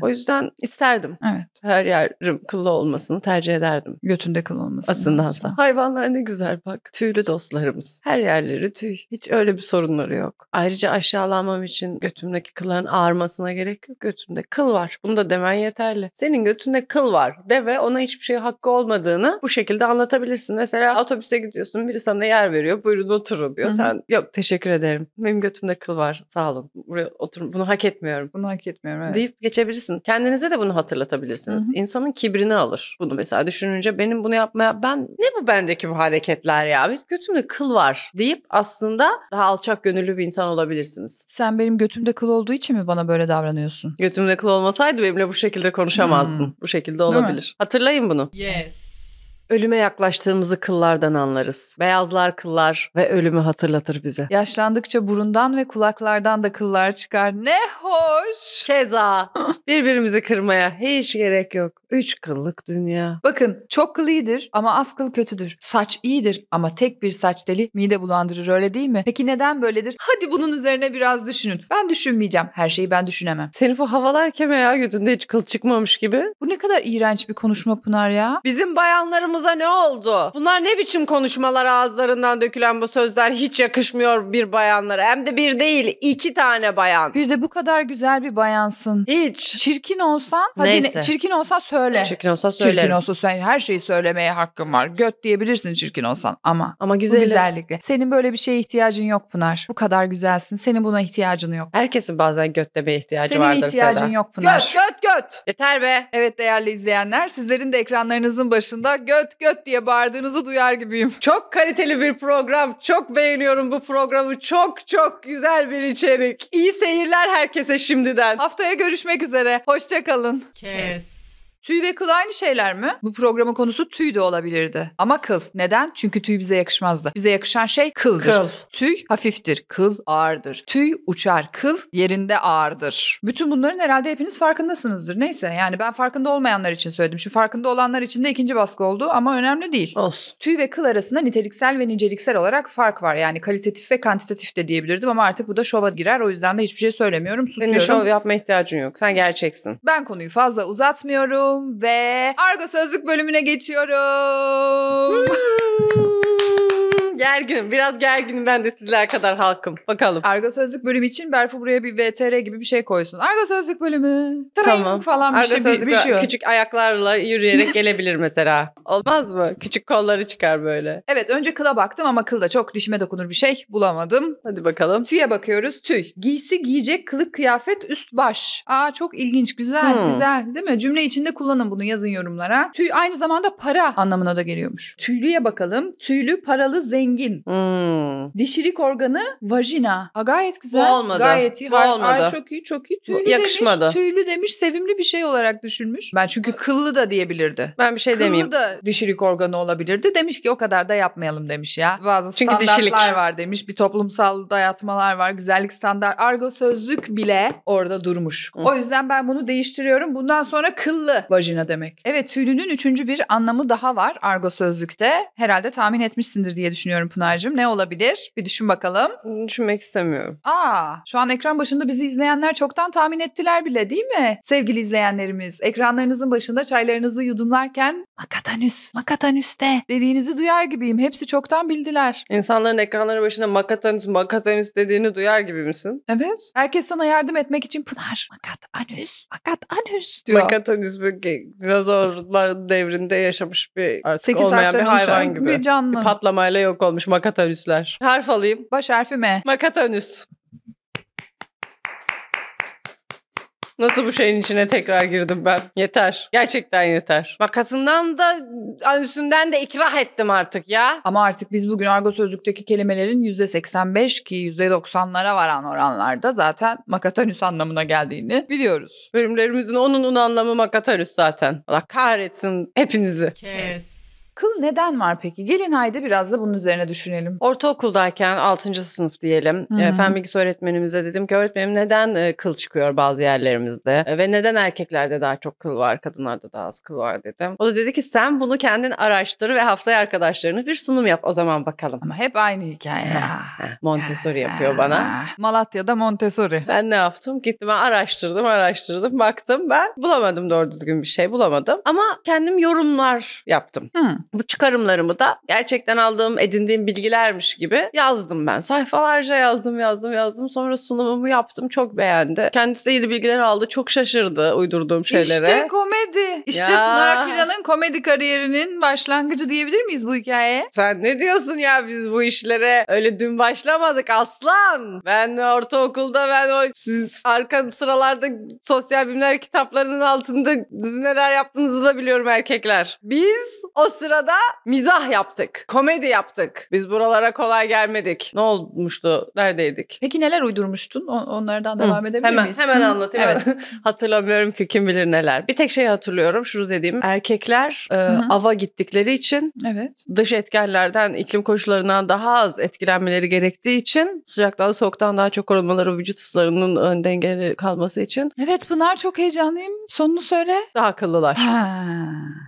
[SPEAKER 2] O yüzden isterdim
[SPEAKER 1] evet.
[SPEAKER 2] her yerim kıllı olmasını tercih ederdim.
[SPEAKER 1] Götünde kıl olmasın.
[SPEAKER 2] Aslındansa. Hayvanlar ne güzel bak. Tüylü dostlarımız. Her yerleri tüy. Hiç öyle bir sorunları yok. Ayrıca aşağılanmam için götümdeki kılların ağarmasına gerek yok. Götümde kıl var. Bunu da demen yeterli. Senin götünde kıl var de ve ona hiçbir şey hakkı olmadığını bu şekilde anlatabilirsin. Mesela otobüse gidiyorsun biri sana yer veriyor. Buyurun oturun diyor.
[SPEAKER 1] Hı hı.
[SPEAKER 2] Sen yok teşekkür ederim. Benim götümde kıl var. Sağ olun. Buraya oturun. Bunu hak etmiyorum
[SPEAKER 1] Bunu hak etmiyorum. Evet.
[SPEAKER 2] deyip geçebilirsin. Kendinize de bunu hatırlatabilirsiniz.
[SPEAKER 1] Hı hı.
[SPEAKER 2] İnsanın kibrini alır. Bunu mesela düşününce benim bunu yapmaya ben ne bu bendeki bu hareketler ya? Bir Götümde kıl var deyip aslında daha alçak gönüllü bir insan olabilirsiniz.
[SPEAKER 1] Sen benim götümde kıl olduğu için mi bana böyle davranıyorsun?
[SPEAKER 2] Götümde kıl olmasaydı benimle bu şekilde konuşamazdın.
[SPEAKER 1] Hmm.
[SPEAKER 2] Bu şekilde
[SPEAKER 1] mi?
[SPEAKER 2] olabilir. Hatırlayın bunu.
[SPEAKER 3] Yes.
[SPEAKER 2] Ölüme yaklaştığımızı kıllardan anlarız. Beyazlar kıllar ve ölümü hatırlatır bize.
[SPEAKER 1] Yaşlandıkça burundan ve kulaklardan da kıllar çıkar. Ne hoş.
[SPEAKER 2] Keza birbirimizi kırmaya hiç gerek yok. Üç kıllık dünya.
[SPEAKER 1] Bakın çok kıl iyidir ama az kıl kötüdür. Saç iyidir ama tek bir saç deli mide bulandırır öyle değil mi? Peki neden böyledir? Hadi bunun üzerine biraz düşünün. Ben düşünmeyeceğim. Her şeyi ben düşünemem.
[SPEAKER 2] Senin bu havalar keme ya götünde hiç kıl çıkmamış gibi.
[SPEAKER 1] Bu ne kadar iğrenç bir konuşma Pınar ya.
[SPEAKER 2] Bizim bayanlarımıza ne oldu? Bunlar ne biçim konuşmalar ağızlarından dökülen bu sözler hiç yakışmıyor bir bayanlara. Hem de bir değil iki tane bayan.
[SPEAKER 1] Bir de bu kadar güzel bir bayansın.
[SPEAKER 2] Hiç.
[SPEAKER 1] Çirkin olsan, hadi ne-
[SPEAKER 2] Neyse.
[SPEAKER 1] çirkin olsan söyle.
[SPEAKER 2] Çirkin olsa
[SPEAKER 1] Çirkin
[SPEAKER 2] söylerim.
[SPEAKER 1] olsa sen her şeyi söylemeye hakkın var. Göt diyebilirsin çirkin olsan ama
[SPEAKER 2] Ama
[SPEAKER 1] bu
[SPEAKER 2] güzel.
[SPEAKER 1] güzellikle. Senin böyle bir şeye ihtiyacın yok Pınar. Bu kadar güzelsin. Senin buna ihtiyacın yok.
[SPEAKER 2] Herkesin bazen göt demeye ihtiyacı
[SPEAKER 1] Senin
[SPEAKER 2] vardır
[SPEAKER 1] ihtiyacın
[SPEAKER 2] Seda.
[SPEAKER 1] yok Pınar.
[SPEAKER 2] Göt göt göt. Yeter be.
[SPEAKER 1] Evet değerli izleyenler sizlerin de ekranlarınızın başında göt göt diye bağırdığınızı duyar gibiyim.
[SPEAKER 2] Çok kaliteli bir program. Çok beğeniyorum bu programı. Çok çok güzel bir içerik. İyi seyirler herkese şimdiden.
[SPEAKER 1] Haftaya görüşmek üzere. Hoşçakalın.
[SPEAKER 3] Kes.
[SPEAKER 1] Tüy ve kıl aynı şeyler mi? Bu programın konusu tüy de olabilirdi. Ama kıl. Neden? Çünkü tüy bize yakışmazdı. Bize yakışan şey kıldır. Tüy hafiftir, kıl ağırdır. Tüy uçar, kıl yerinde ağırdır. Bütün bunların herhalde hepiniz farkındasınızdır. Neyse yani ben farkında olmayanlar için söyledim. Şu farkında olanlar için de ikinci baskı oldu ama önemli değil.
[SPEAKER 2] Olsun.
[SPEAKER 1] Tüy ve kıl arasında niteliksel ve niceliksel olarak fark var. Yani kalitatif ve kantitatif de diyebilirdim ama artık bu da şova girer. O yüzden de hiçbir şey söylemiyorum. Susuyorum.
[SPEAKER 2] Senin şov yapma ihtiyacın yok. Sen gerçeksin.
[SPEAKER 1] Ben konuyu fazla uzatmıyorum ve Argo Sözlük bölümüne geçiyorum.
[SPEAKER 2] gerginim. Biraz gerginim ben de sizler kadar halkım. Bakalım.
[SPEAKER 1] Argo Sözlük bölümü için Berfu buraya bir VTR gibi bir şey koysun. Argo Sözlük bölümü. Tring
[SPEAKER 2] Tamam.
[SPEAKER 1] falan bir
[SPEAKER 2] Arda
[SPEAKER 1] şey. Bir, bir şey. yok.
[SPEAKER 2] küçük ayaklarla yürüyerek gelebilir mesela. Olmaz mı? Küçük kolları çıkar böyle.
[SPEAKER 1] Evet önce kıla baktım ama kıl da çok dişime dokunur bir şey bulamadım.
[SPEAKER 2] Hadi bakalım.
[SPEAKER 1] Tüye bakıyoruz. Tüy. Giysi, giyecek, kılık, kıyafet, üst baş. Aa çok ilginç. Güzel,
[SPEAKER 2] Hmm.
[SPEAKER 1] güzel. Değil mi? Cümle içinde kullanın bunu. Yazın yorumlara. Tüy aynı zamanda para anlamına da geliyormuş. Tüylüye bakalım. Tüylü, paralı, zengin. zengin.
[SPEAKER 2] Hmm.
[SPEAKER 1] Dişilik organı vajina. Ha, gayet güzel.
[SPEAKER 2] Bu olmadı.
[SPEAKER 1] Gayet iyi.
[SPEAKER 2] Bu
[SPEAKER 1] Hayır,
[SPEAKER 2] olmadı.
[SPEAKER 1] hayır, çok iyi çok iyi. Tüylü
[SPEAKER 2] yakışmadı.
[SPEAKER 1] demiş. Tüylü demiş. Sevimli bir şey olarak düşünmüş. Ben çünkü kıllı da diyebilirdi.
[SPEAKER 2] Ben bir şey demeyeyim.
[SPEAKER 1] Kıllı da dişilik organı olabilirdi. Demiş ki o kadar da yapmayalım demiş ya. Bazı
[SPEAKER 2] Çünkü
[SPEAKER 1] standartlar
[SPEAKER 2] dişilik.
[SPEAKER 1] var demiş. Bir toplumsal dayatmalar var. Güzellik standart. Argo sözlük bile orada durmuş.
[SPEAKER 2] Hı.
[SPEAKER 1] O yüzden ben bunu değiştiriyorum. Bundan sonra kıllı vajina demek. Evet tüylünün üçüncü bir anlamı daha var argo sözlükte. Herhalde tahmin etmişsindir diye düşünüyorum Pınar'cığım. Ne olabilir? Bir düşün bakalım.
[SPEAKER 2] Düşünmek istemiyorum.
[SPEAKER 1] Aa, şu an ekran başında bizi izleyenler çoktan tahmin ettiler bile değil mi? Sevgili izleyenlerimiz, ekranlarınızın başında çaylarınızı yudumlarken Makatanüs, Makatanüs'te dediğinizi duyar gibiyim. Hepsi çoktan bildiler.
[SPEAKER 2] İnsanların ekranları başında makatanüs makatanüs dediğini duyar gibi misin?
[SPEAKER 1] Evet. Herkes sana yardım etmek için Pınar, Makatanüs, Makatanüs diyor.
[SPEAKER 2] Makatanüs böyle dinozorlar devrinde yaşamış bir artık
[SPEAKER 1] 8
[SPEAKER 2] olmayan bir
[SPEAKER 1] harften
[SPEAKER 2] hayvan
[SPEAKER 1] oluşan
[SPEAKER 2] gibi.
[SPEAKER 1] bir canlı.
[SPEAKER 2] Bir patlamayla yok olmuş makatanüsler. Harf alayım.
[SPEAKER 1] Baş harfi M.
[SPEAKER 2] Makatanüs. Nasıl bu şeyin içine tekrar girdim ben? Yeter. Gerçekten yeter. Makasından da anüsünden de ikrah ettim artık ya.
[SPEAKER 1] Ama artık biz bugün argo sözlükteki kelimelerin %85 ki %90'lara varan oranlarda zaten Makatanüs anlamına geldiğini biliyoruz.
[SPEAKER 2] Bölümlerimizin onunun anlamı makatanüs zaten. Allah kahretsin hepinizi.
[SPEAKER 3] Kes.
[SPEAKER 1] Kıl neden var peki? Gelin haydi biraz da bunun üzerine düşünelim.
[SPEAKER 2] Ortaokuldayken 6. sınıf diyelim.
[SPEAKER 1] Hı hı.
[SPEAKER 2] E, Fen bilgisi öğretmenimize dedim ki öğretmenim neden e, kıl çıkıyor bazı yerlerimizde E, ve neden erkeklerde daha çok kıl var kadınlarda daha az kıl var dedim. O da dedi ki sen bunu kendin araştır ve haftaya arkadaşlarını bir sunum yap o zaman bakalım.
[SPEAKER 1] Ama hep aynı hikaye. ya.
[SPEAKER 2] Ha, Montessori yapıyor bana.
[SPEAKER 1] Malatya'da Montessori.
[SPEAKER 2] Ben ne yaptım? Gittim ben araştırdım araştırdım baktım ben bulamadım doğru düzgün bir şey bulamadım. Ama kendim yorumlar yaptım.
[SPEAKER 1] Hı.
[SPEAKER 2] Bu çıkarımlarımı da gerçekten aldığım edindiğim bilgilermiş gibi yazdım ben. Sayfalarca yazdım yazdım yazdım sonra sunumumu yaptım çok beğendi. Kendisi de yeni bilgiler aldı çok şaşırdı uydurduğum şeylere.
[SPEAKER 1] İşte komedi. İşte
[SPEAKER 2] Ya.
[SPEAKER 1] Pınar Fidan'ın komedi kariyerinin başlangıcı diyebilir miyiz bu hikayeye?
[SPEAKER 2] Sen ne diyorsun ya biz bu işlere öyle dün başlamadık aslan. Ben ortaokulda ben o siz arka sıralarda sosyal bilimler kitaplarının altında siz neler yaptığınızı da biliyorum erkekler. Biz o sırada mizah yaptık. Komedi yaptık. Biz buralara kolay gelmedik. Ne olmuştu? Neredeydik?
[SPEAKER 1] Peki neler uydurmuştun? On- onlardan
[SPEAKER 2] Hı.
[SPEAKER 1] devam edebilir
[SPEAKER 2] Hemen
[SPEAKER 1] miyiz?
[SPEAKER 2] hemen
[SPEAKER 1] Hı.
[SPEAKER 2] anlat. hemen.
[SPEAKER 1] Evet.
[SPEAKER 2] Hatırlamıyorum ki kim bilir neler. Bir tek şeyi hatırlıyorum. Şunu dediğim. Erkekler e,
[SPEAKER 1] hı.
[SPEAKER 2] ava gittikleri için
[SPEAKER 1] Evet.
[SPEAKER 2] dış etkenlerden, iklim koşullarından daha az etkilenmeleri gerektiği için sıcaktan, soğuktan daha çok korumaları, vücut ısılarının ön dengeli kalması için
[SPEAKER 1] Evet Pınar çok heyecanlıyım. Sonunu söyle.
[SPEAKER 2] daha akıllılar.
[SPEAKER 1] Ha.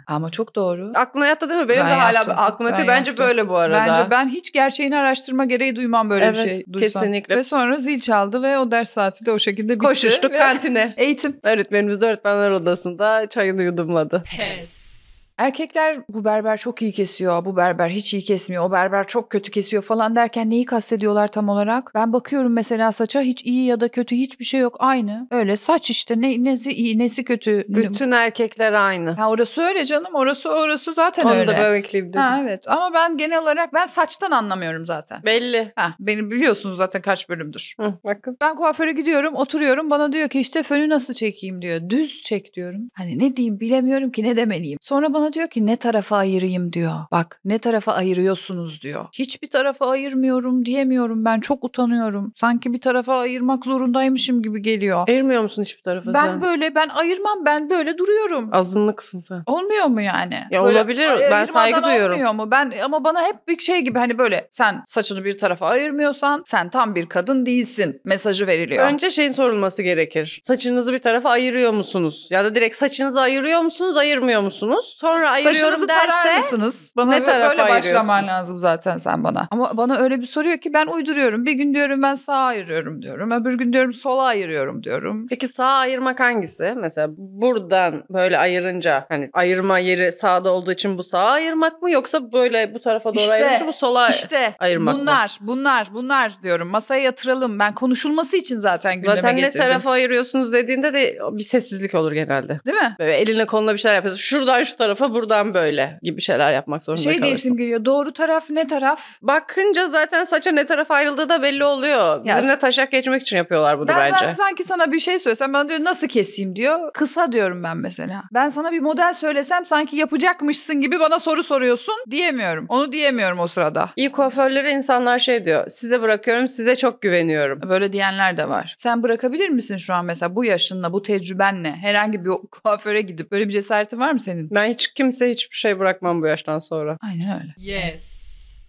[SPEAKER 1] Ama çok doğru.
[SPEAKER 2] Aklına yattı değil mi? Benim
[SPEAKER 1] Ben
[SPEAKER 2] de hala
[SPEAKER 1] yaptım.
[SPEAKER 2] aklıma yattı.
[SPEAKER 1] Ben
[SPEAKER 2] Bence
[SPEAKER 1] yaptım.
[SPEAKER 2] böyle bu arada.
[SPEAKER 1] Bence ben hiç gerçeğini araştırma gereği duymam böyle bir
[SPEAKER 2] Evet,
[SPEAKER 1] şey. duysam.
[SPEAKER 2] kesinlikle.
[SPEAKER 1] Ve sonra zil çaldı ve o ders saati de o şekilde bitti.
[SPEAKER 2] Koşuştuk
[SPEAKER 1] ve
[SPEAKER 2] kantine.
[SPEAKER 1] Eğitim.
[SPEAKER 2] Öğretmenimiz de öğretmenler odasında çayını yudumladı.
[SPEAKER 3] Pes.
[SPEAKER 1] Erkekler bu berber çok iyi kesiyor, bu berber hiç iyi kesmiyor, o berber çok kötü kesiyor falan derken neyi kastediyorlar tam olarak? Ben bakıyorum mesela saça hiç iyi ya da kötü hiçbir şey yok aynı. Öyle saç işte ne, nesi iyi nesi kötü.
[SPEAKER 2] Bütün erkekler aynı.
[SPEAKER 1] Ha orası öyle canım orası orası zaten
[SPEAKER 2] Onu
[SPEAKER 1] öyle.
[SPEAKER 2] da ben ekleyeyim dedim.
[SPEAKER 1] Ha evet ama ben genel olarak ben saçtan anlamıyorum zaten.
[SPEAKER 2] Belli.
[SPEAKER 1] Ha beni biliyorsunuz zaten kaç bölümdür.
[SPEAKER 2] Hı, bakın.
[SPEAKER 1] Ben kuaföre gidiyorum, oturuyorum. Bana diyor ki işte fönü nasıl çekeyim diyor. Düz çek diyorum. Hani ne diyeyim bilemiyorum ki ne demeliyim. Sonra bana diyor ki ne tarafa ayırayım diyor. Bak ne tarafa ayırıyorsunuz diyor. Hiçbir tarafa ayırmıyorum diyemiyorum ben. Çok utanıyorum. Sanki bir tarafa ayırmak zorundaymışım gibi geliyor.
[SPEAKER 2] Ayırmıyor musun hiçbir tarafa
[SPEAKER 1] ben
[SPEAKER 2] sen?
[SPEAKER 1] böyle ben ayırmam ben böyle duruyorum.
[SPEAKER 2] Azınlıksın sen.
[SPEAKER 1] Olmuyor mu yani?
[SPEAKER 2] Ya olabilir, ben
[SPEAKER 1] ayırmadan
[SPEAKER 2] saygı duyuyorum.
[SPEAKER 1] Olmuyor mu? Ben ama bana hep bir şey gibi hani böyle sen saçını bir tarafa ayırmıyorsan sen tam bir kadın değilsin mesajı veriliyor.
[SPEAKER 2] Önce şeyin sorulması gerekir. Saçınızı bir tarafa ayırıyor musunuz? Ya da direkt saçınızı ayırıyor musunuz, ayırmıyor musunuz? Sonra ayırıyorum
[SPEAKER 1] Saçınızı tarar
[SPEAKER 2] derse
[SPEAKER 1] mısınız? Bana
[SPEAKER 2] ne
[SPEAKER 1] bö-
[SPEAKER 2] tarafa
[SPEAKER 1] böyle başlaman
[SPEAKER 2] ayırıyorsunuz?
[SPEAKER 1] lazım zaten sen bana. Ama bana öyle bir soruyor ki ben uyduruyorum. Bir gün diyorum ben sağa ayırıyorum diyorum. Öbür gün diyorum sola ayırıyorum diyorum.
[SPEAKER 2] Peki sağa ayırmak hangisi? Mesela buradan böyle ayırınca hani ayırma yeri sağda olduğu için bu sağa ayırmak mı yoksa böyle bu tarafa doğru
[SPEAKER 1] İşte,
[SPEAKER 2] ayırınca bu sola
[SPEAKER 1] İşte
[SPEAKER 2] ayırmak mı?
[SPEAKER 1] bunlar, bunlar, bunlar diyorum. Masaya yatıralım. Ben konuşulması için zaten gündeme
[SPEAKER 2] Zaten ne
[SPEAKER 1] getirdim.
[SPEAKER 2] tarafa ayırıyorsunuz dediğinde de bir sessizlik olur genelde.
[SPEAKER 1] Değil mi?
[SPEAKER 2] Böyle eline koluna bir şeyler yapıyorsun. Şuradan şu tarafa, tarafa buradan böyle gibi şeyler yapmak zorunda
[SPEAKER 1] Şey
[SPEAKER 2] kalırsın.
[SPEAKER 1] değilsin geliyor. Doğru taraf ne taraf?
[SPEAKER 2] Bakınca zaten saça ne tarafa ayrıldığı da belli oluyor.
[SPEAKER 1] Ya-
[SPEAKER 2] Bizimle taşak geçmek için yapıyorlar bunu
[SPEAKER 1] ben
[SPEAKER 2] bence.
[SPEAKER 1] zaten sanki sana bir şey söylesem ben diyor nasıl keseyim diyor. Kısa diyorum ben mesela. Ben sana bir model söylesem sanki yapacakmışsın gibi bana soru soruyorsun diyemiyorum. Onu diyemiyorum o sırada.
[SPEAKER 2] İyi kuaförlere insanlar şey diyor. Size bırakıyorum, size çok güveniyorum.
[SPEAKER 1] Böyle diyenler de var. Sen bırakabilir misin şu an mesela bu yaşınla, bu tecrübenle herhangi bir kuaföre gidip böyle bir cesaretin var mı senin?
[SPEAKER 2] Ben hiç kimseye hiçbir şey bırakmam bu yaştan sonra.
[SPEAKER 1] Aynen öyle.
[SPEAKER 3] Yes.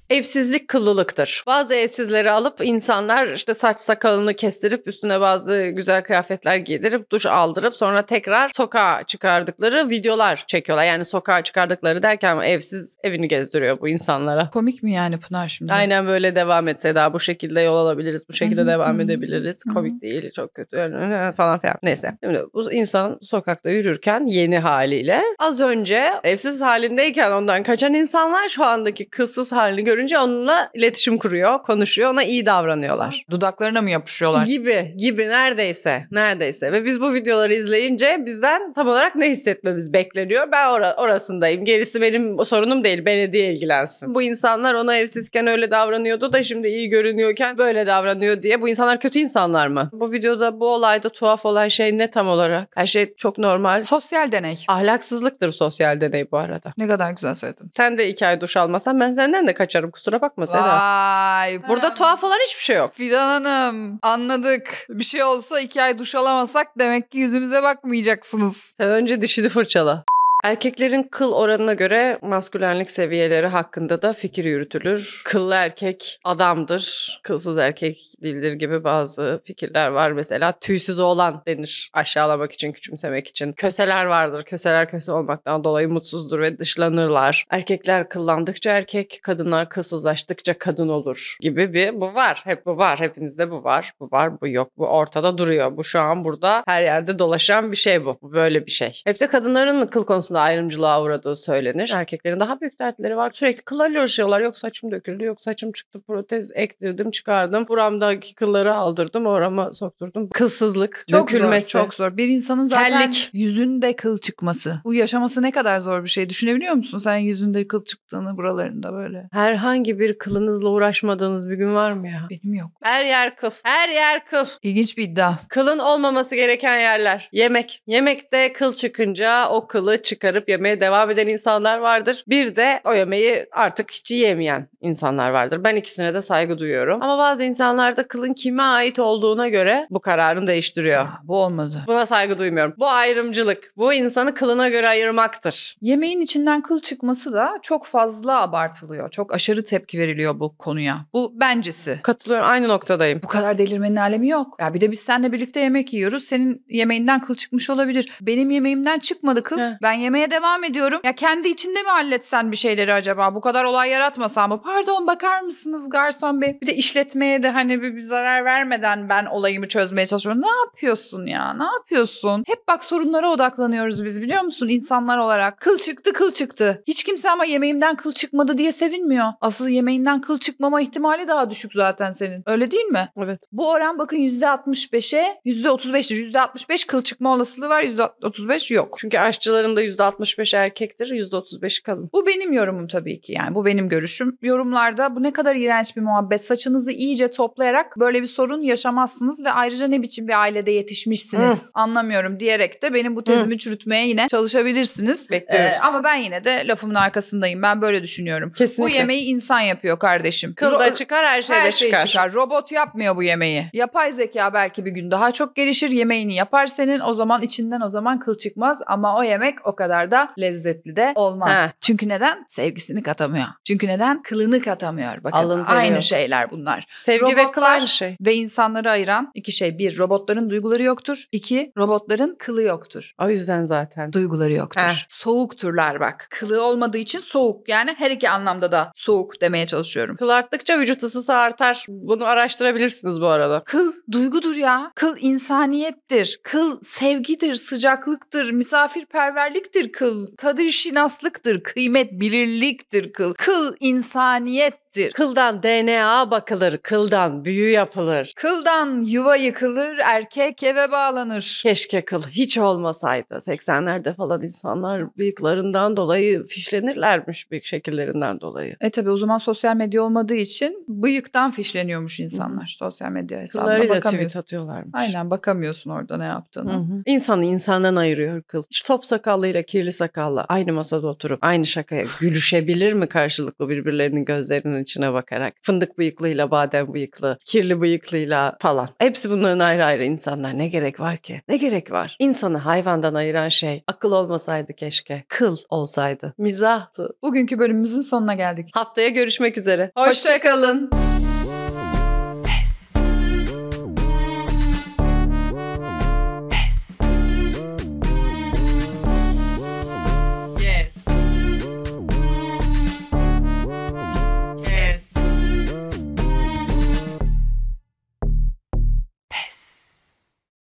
[SPEAKER 2] Evsizlik kıllılıktır. Bazı evsizleri alıp insanlar işte saç sakalını kestirip üstüne bazı güzel kıyafetler giydirip duş aldırıp sonra tekrar sokağa çıkardıkları videolar çekiyorlar. Yani sokağa çıkardıkları derken evsiz evini gezdiriyor bu insanlara.
[SPEAKER 1] Komik mi yani Pınar şimdi?
[SPEAKER 2] Aynen böyle devam etse daha bu şekilde yol alabiliriz, bu şekilde
[SPEAKER 1] Hı hı,
[SPEAKER 2] devam
[SPEAKER 1] hı.
[SPEAKER 2] edebiliriz.
[SPEAKER 1] Hı hı.
[SPEAKER 2] Komik değil, çok kötü falan filan. Neyse. Şimdi bu insan sokakta yürürken yeni haliyle az önce evsiz halindeyken ondan kaçan insanlar şu andaki kızsız halini görünce onunla iletişim kuruyor, konuşuyor, ona iyi davranıyorlar.
[SPEAKER 1] Dudaklarına mı yapışıyorlar?
[SPEAKER 2] Gibi gibi neredeyse neredeyse ve biz bu videoları izleyince bizden tam olarak ne hissetmemiz bekleniyor ben ora- orasındayım gerisi benim sorunum değil belediye ilgilensin. Bu insanlar ona evsizken öyle davranıyordu da şimdi iyi görünüyorken böyle davranıyor diye bu insanlar kötü insanlar mı? Bu videoda bu olayda tuhaf olan şey ne tam olarak? Her şey çok normal.
[SPEAKER 1] Sosyal deney. Ah,
[SPEAKER 2] Ahlaksızlıktır sosyal deney bu arada.
[SPEAKER 1] Ne kadar güzel söyledin.
[SPEAKER 2] Sen de iki ay duş almasan ben senden de kaçarım kusura bakma Seda.
[SPEAKER 1] Vay.
[SPEAKER 2] Burada
[SPEAKER 1] Hanım.
[SPEAKER 2] tuhaf olan hiçbir şey yok.
[SPEAKER 1] Fidan Hanım anladık. Bir şey olsa iki ay duş alamasak demek ki yüzümüze bakmayacaksınız.
[SPEAKER 2] Sen önce dişini fırçala. Erkeklerin kıl oranına göre maskülenlik seviyeleri hakkında da fikir yürütülür. Kıllı erkek adamdır, kılsız erkek değildir gibi bazı fikirler var. Mesela tüysüz oğlan denir aşağılamak için, küçümsemek için. Köseler vardır, köseler köse olmaktan dolayı mutsuzdur ve dışlanırlar. Erkekler kıllandıkça erkek, kadınlar kılsızlaştıkça kadın olur gibi bir bu var. Hep bu var, hepinizde bu var, bu var, bu yok, bu ortada duruyor. Bu şu an burada her yerde dolaşan bir şey bu. Bu böyle bir şey. Hep de kadınların kıl konusunda ayrımcılığa uğradığı söylenir. Erkeklerin daha büyük dertleri var. Sürekli kıla uğraşıyorlar. Yok saçım döküldü, yok saçım çıktı. Protez ektirdim, çıkardım. Buramdaki kılları aldırdım, orama sokturdum. Kılsızlık,
[SPEAKER 1] Çok
[SPEAKER 2] dökülmesi.
[SPEAKER 1] zor, çok zor. Bir insanın zaten
[SPEAKER 2] Kellik.
[SPEAKER 1] yüzünde kıl çıkması. Bu yaşaması ne kadar zor bir şey. Düşünebiliyor musun sen yüzünde kıl çıktığını buralarında böyle?
[SPEAKER 2] Herhangi bir kılınızla uğraşmadığınız bir gün var mı ya?
[SPEAKER 1] Benim yok.
[SPEAKER 2] Her yer kıl. Her yer kıl.
[SPEAKER 1] İlginç bir iddia.
[SPEAKER 2] Kılın olmaması gereken yerler. Yemek. Yemekte kıl çıkınca o kılı çıkarıp yemeye devam eden insanlar vardır. Bir de o yemeği artık hiç yiyemeyen insanlar vardır. Ben ikisine de saygı duyuyorum. Ama bazı insanlar da kılın kime ait olduğuna göre bu kararını değiştiriyor.
[SPEAKER 1] Aa, Bu olmadı.
[SPEAKER 2] Buna saygı duymuyorum. Bu ayrımcılık. Bu insanı kılına göre ayırmaktır.
[SPEAKER 1] Yemeğin içinden kıl çıkması da çok fazla abartılıyor. Çok aşırı tepki veriliyor bu konuya. Bu bencesi.
[SPEAKER 2] Katılıyorum. Aynı noktadayım.
[SPEAKER 1] Bu kadar delirmenin alemi yok. Ya bir de biz seninle birlikte yemek yiyoruz. Senin yemeğinden kıl çıkmış olabilir. Benim yemeğimden çıkmadı kıl.
[SPEAKER 2] Heh.
[SPEAKER 1] Ben yemeğe devam ediyorum. Ya kendi içinde mi halletsen bir şeyleri acaba? Bu kadar olay yaratmasan mı? Pardon bakar mısınız garson bey? Bir de işletmeye de hani bir, bir zarar vermeden ben olayımı çözmeye çalışıyorum. Ne yapıyorsun ya? Ne yapıyorsun? Hep bak sorunlara odaklanıyoruz biz biliyor musun? İnsanlar olarak. Kıl çıktı kıl çıktı. Hiç kimse ama yemeğimden kıl çıkmadı diye sevinmiyor. Asıl yemeğinden kıl çıkmama ihtimali daha düşük zaten senin. Öyle değil mi?
[SPEAKER 2] Evet.
[SPEAKER 1] Bu oran bakın %65'e %35'tir. %65 kıl çıkma olasılığı var %35 yok.
[SPEAKER 2] Çünkü aşçıların da %65 erkektir, %35 kadın.
[SPEAKER 1] Bu benim yorumum tabii ki yani bu benim görüşüm. Yorumlarda bu ne kadar iğrenç bir muhabbet. Saçınızı iyice toplayarak böyle bir sorun yaşamazsınız ve ayrıca ne biçim bir ailede yetişmişsiniz anlamıyorum diyerek de benim bu tezimi çürütmeye yine çalışabilirsiniz. Ee,
[SPEAKER 2] Bekliyoruz.
[SPEAKER 1] ama ben yine de lafımın arkasındayım ben böyle düşünüyorum.
[SPEAKER 2] Kesinlikle.
[SPEAKER 1] Bu yemeği insan yapıyor kardeşim.
[SPEAKER 2] Kıl
[SPEAKER 1] Ro-
[SPEAKER 2] da çıkar, her şey
[SPEAKER 1] Her
[SPEAKER 2] de
[SPEAKER 1] şey
[SPEAKER 2] çıkar.
[SPEAKER 1] çıkar. Robot yapmıyor bu yemeği. Yapay zeka belki bir gün daha çok gelişir. Yemeğini yapar senin. O zaman içinden o zaman kıl çıkmaz. Ama o yemek o kadar da lezzetli de olmaz.
[SPEAKER 2] Ha.
[SPEAKER 1] Çünkü neden? Sevgisini katamıyor. Çünkü neden? Kılını katamıyor. Bakın
[SPEAKER 2] Alın teri
[SPEAKER 1] aynı
[SPEAKER 2] yok.
[SPEAKER 1] şeyler bunlar.
[SPEAKER 2] Sevgi ve kıl
[SPEAKER 1] Robotlar-
[SPEAKER 2] aynı şey.
[SPEAKER 1] Ve insanları ayıran iki şey. Bir, robotların duyguları yoktur. İki, robotların kılı yoktur.
[SPEAKER 2] O yüzden zaten.
[SPEAKER 1] Duyguları yoktur.
[SPEAKER 2] Heh.
[SPEAKER 1] Soğukturlar bak. Kılı olmadığı için soğuk. Yani her iki anlamda da soğuk demeye çalışıyorum.
[SPEAKER 2] Kıl arttıkça vücut ısısı artar. Bunu araştırabilirsiniz bu arada.
[SPEAKER 1] Kıl duygudur ya. Kıl insaniyettir. Kıl sevgidir, sıcaklıktır, misafirperverliktir kıl. Kadir şinaslıktır, kıymet bilirliktir kıl. Kıl insaniyettir eşittir.
[SPEAKER 2] Kıldan DNA bakılır, kıldan büyü yapılır.
[SPEAKER 1] Kıldan yuva yıkılır, erkek eve bağlanır.
[SPEAKER 2] Keşke kıl hiç olmasaydı. 80'lerde falan insanlar bıyıklarından dolayı fişlenirlermiş bıyık şekillerinden dolayı.
[SPEAKER 1] E tabi o zaman sosyal medya olmadığı için bıyıktan fişleniyormuş insanlar. Sosyal medya hesabına
[SPEAKER 2] Kıllarıyla
[SPEAKER 1] bakamıyorsun.
[SPEAKER 2] tweet atıyorlarmış.
[SPEAKER 1] Aynen bakamıyorsun orada ne yaptığını.
[SPEAKER 2] Hı hı. İnsanı insandan ayırıyor kıl. Hiç top sakallıyla kirli sakalla aynı masada oturup aynı şakaya gülüşebilir mi karşılıklı birbirlerinin gözlerinin içine bakarak? Fındık bıyıklıyla badem bıyıklı, kirli bıyıklıyla falan. Hepsi bunların ayrı ayrı insanlar. Ne gerek var ki? Ne gerek var? İnsanı hayvandan ayıran şey akıl olmasaydı keşke. Kıl olsaydı. Mizahtı.
[SPEAKER 1] Bugünkü bölümümüzün sonuna geldik.
[SPEAKER 2] Haftaya görüşmek üzere.
[SPEAKER 1] Hoşçakalın. kalın.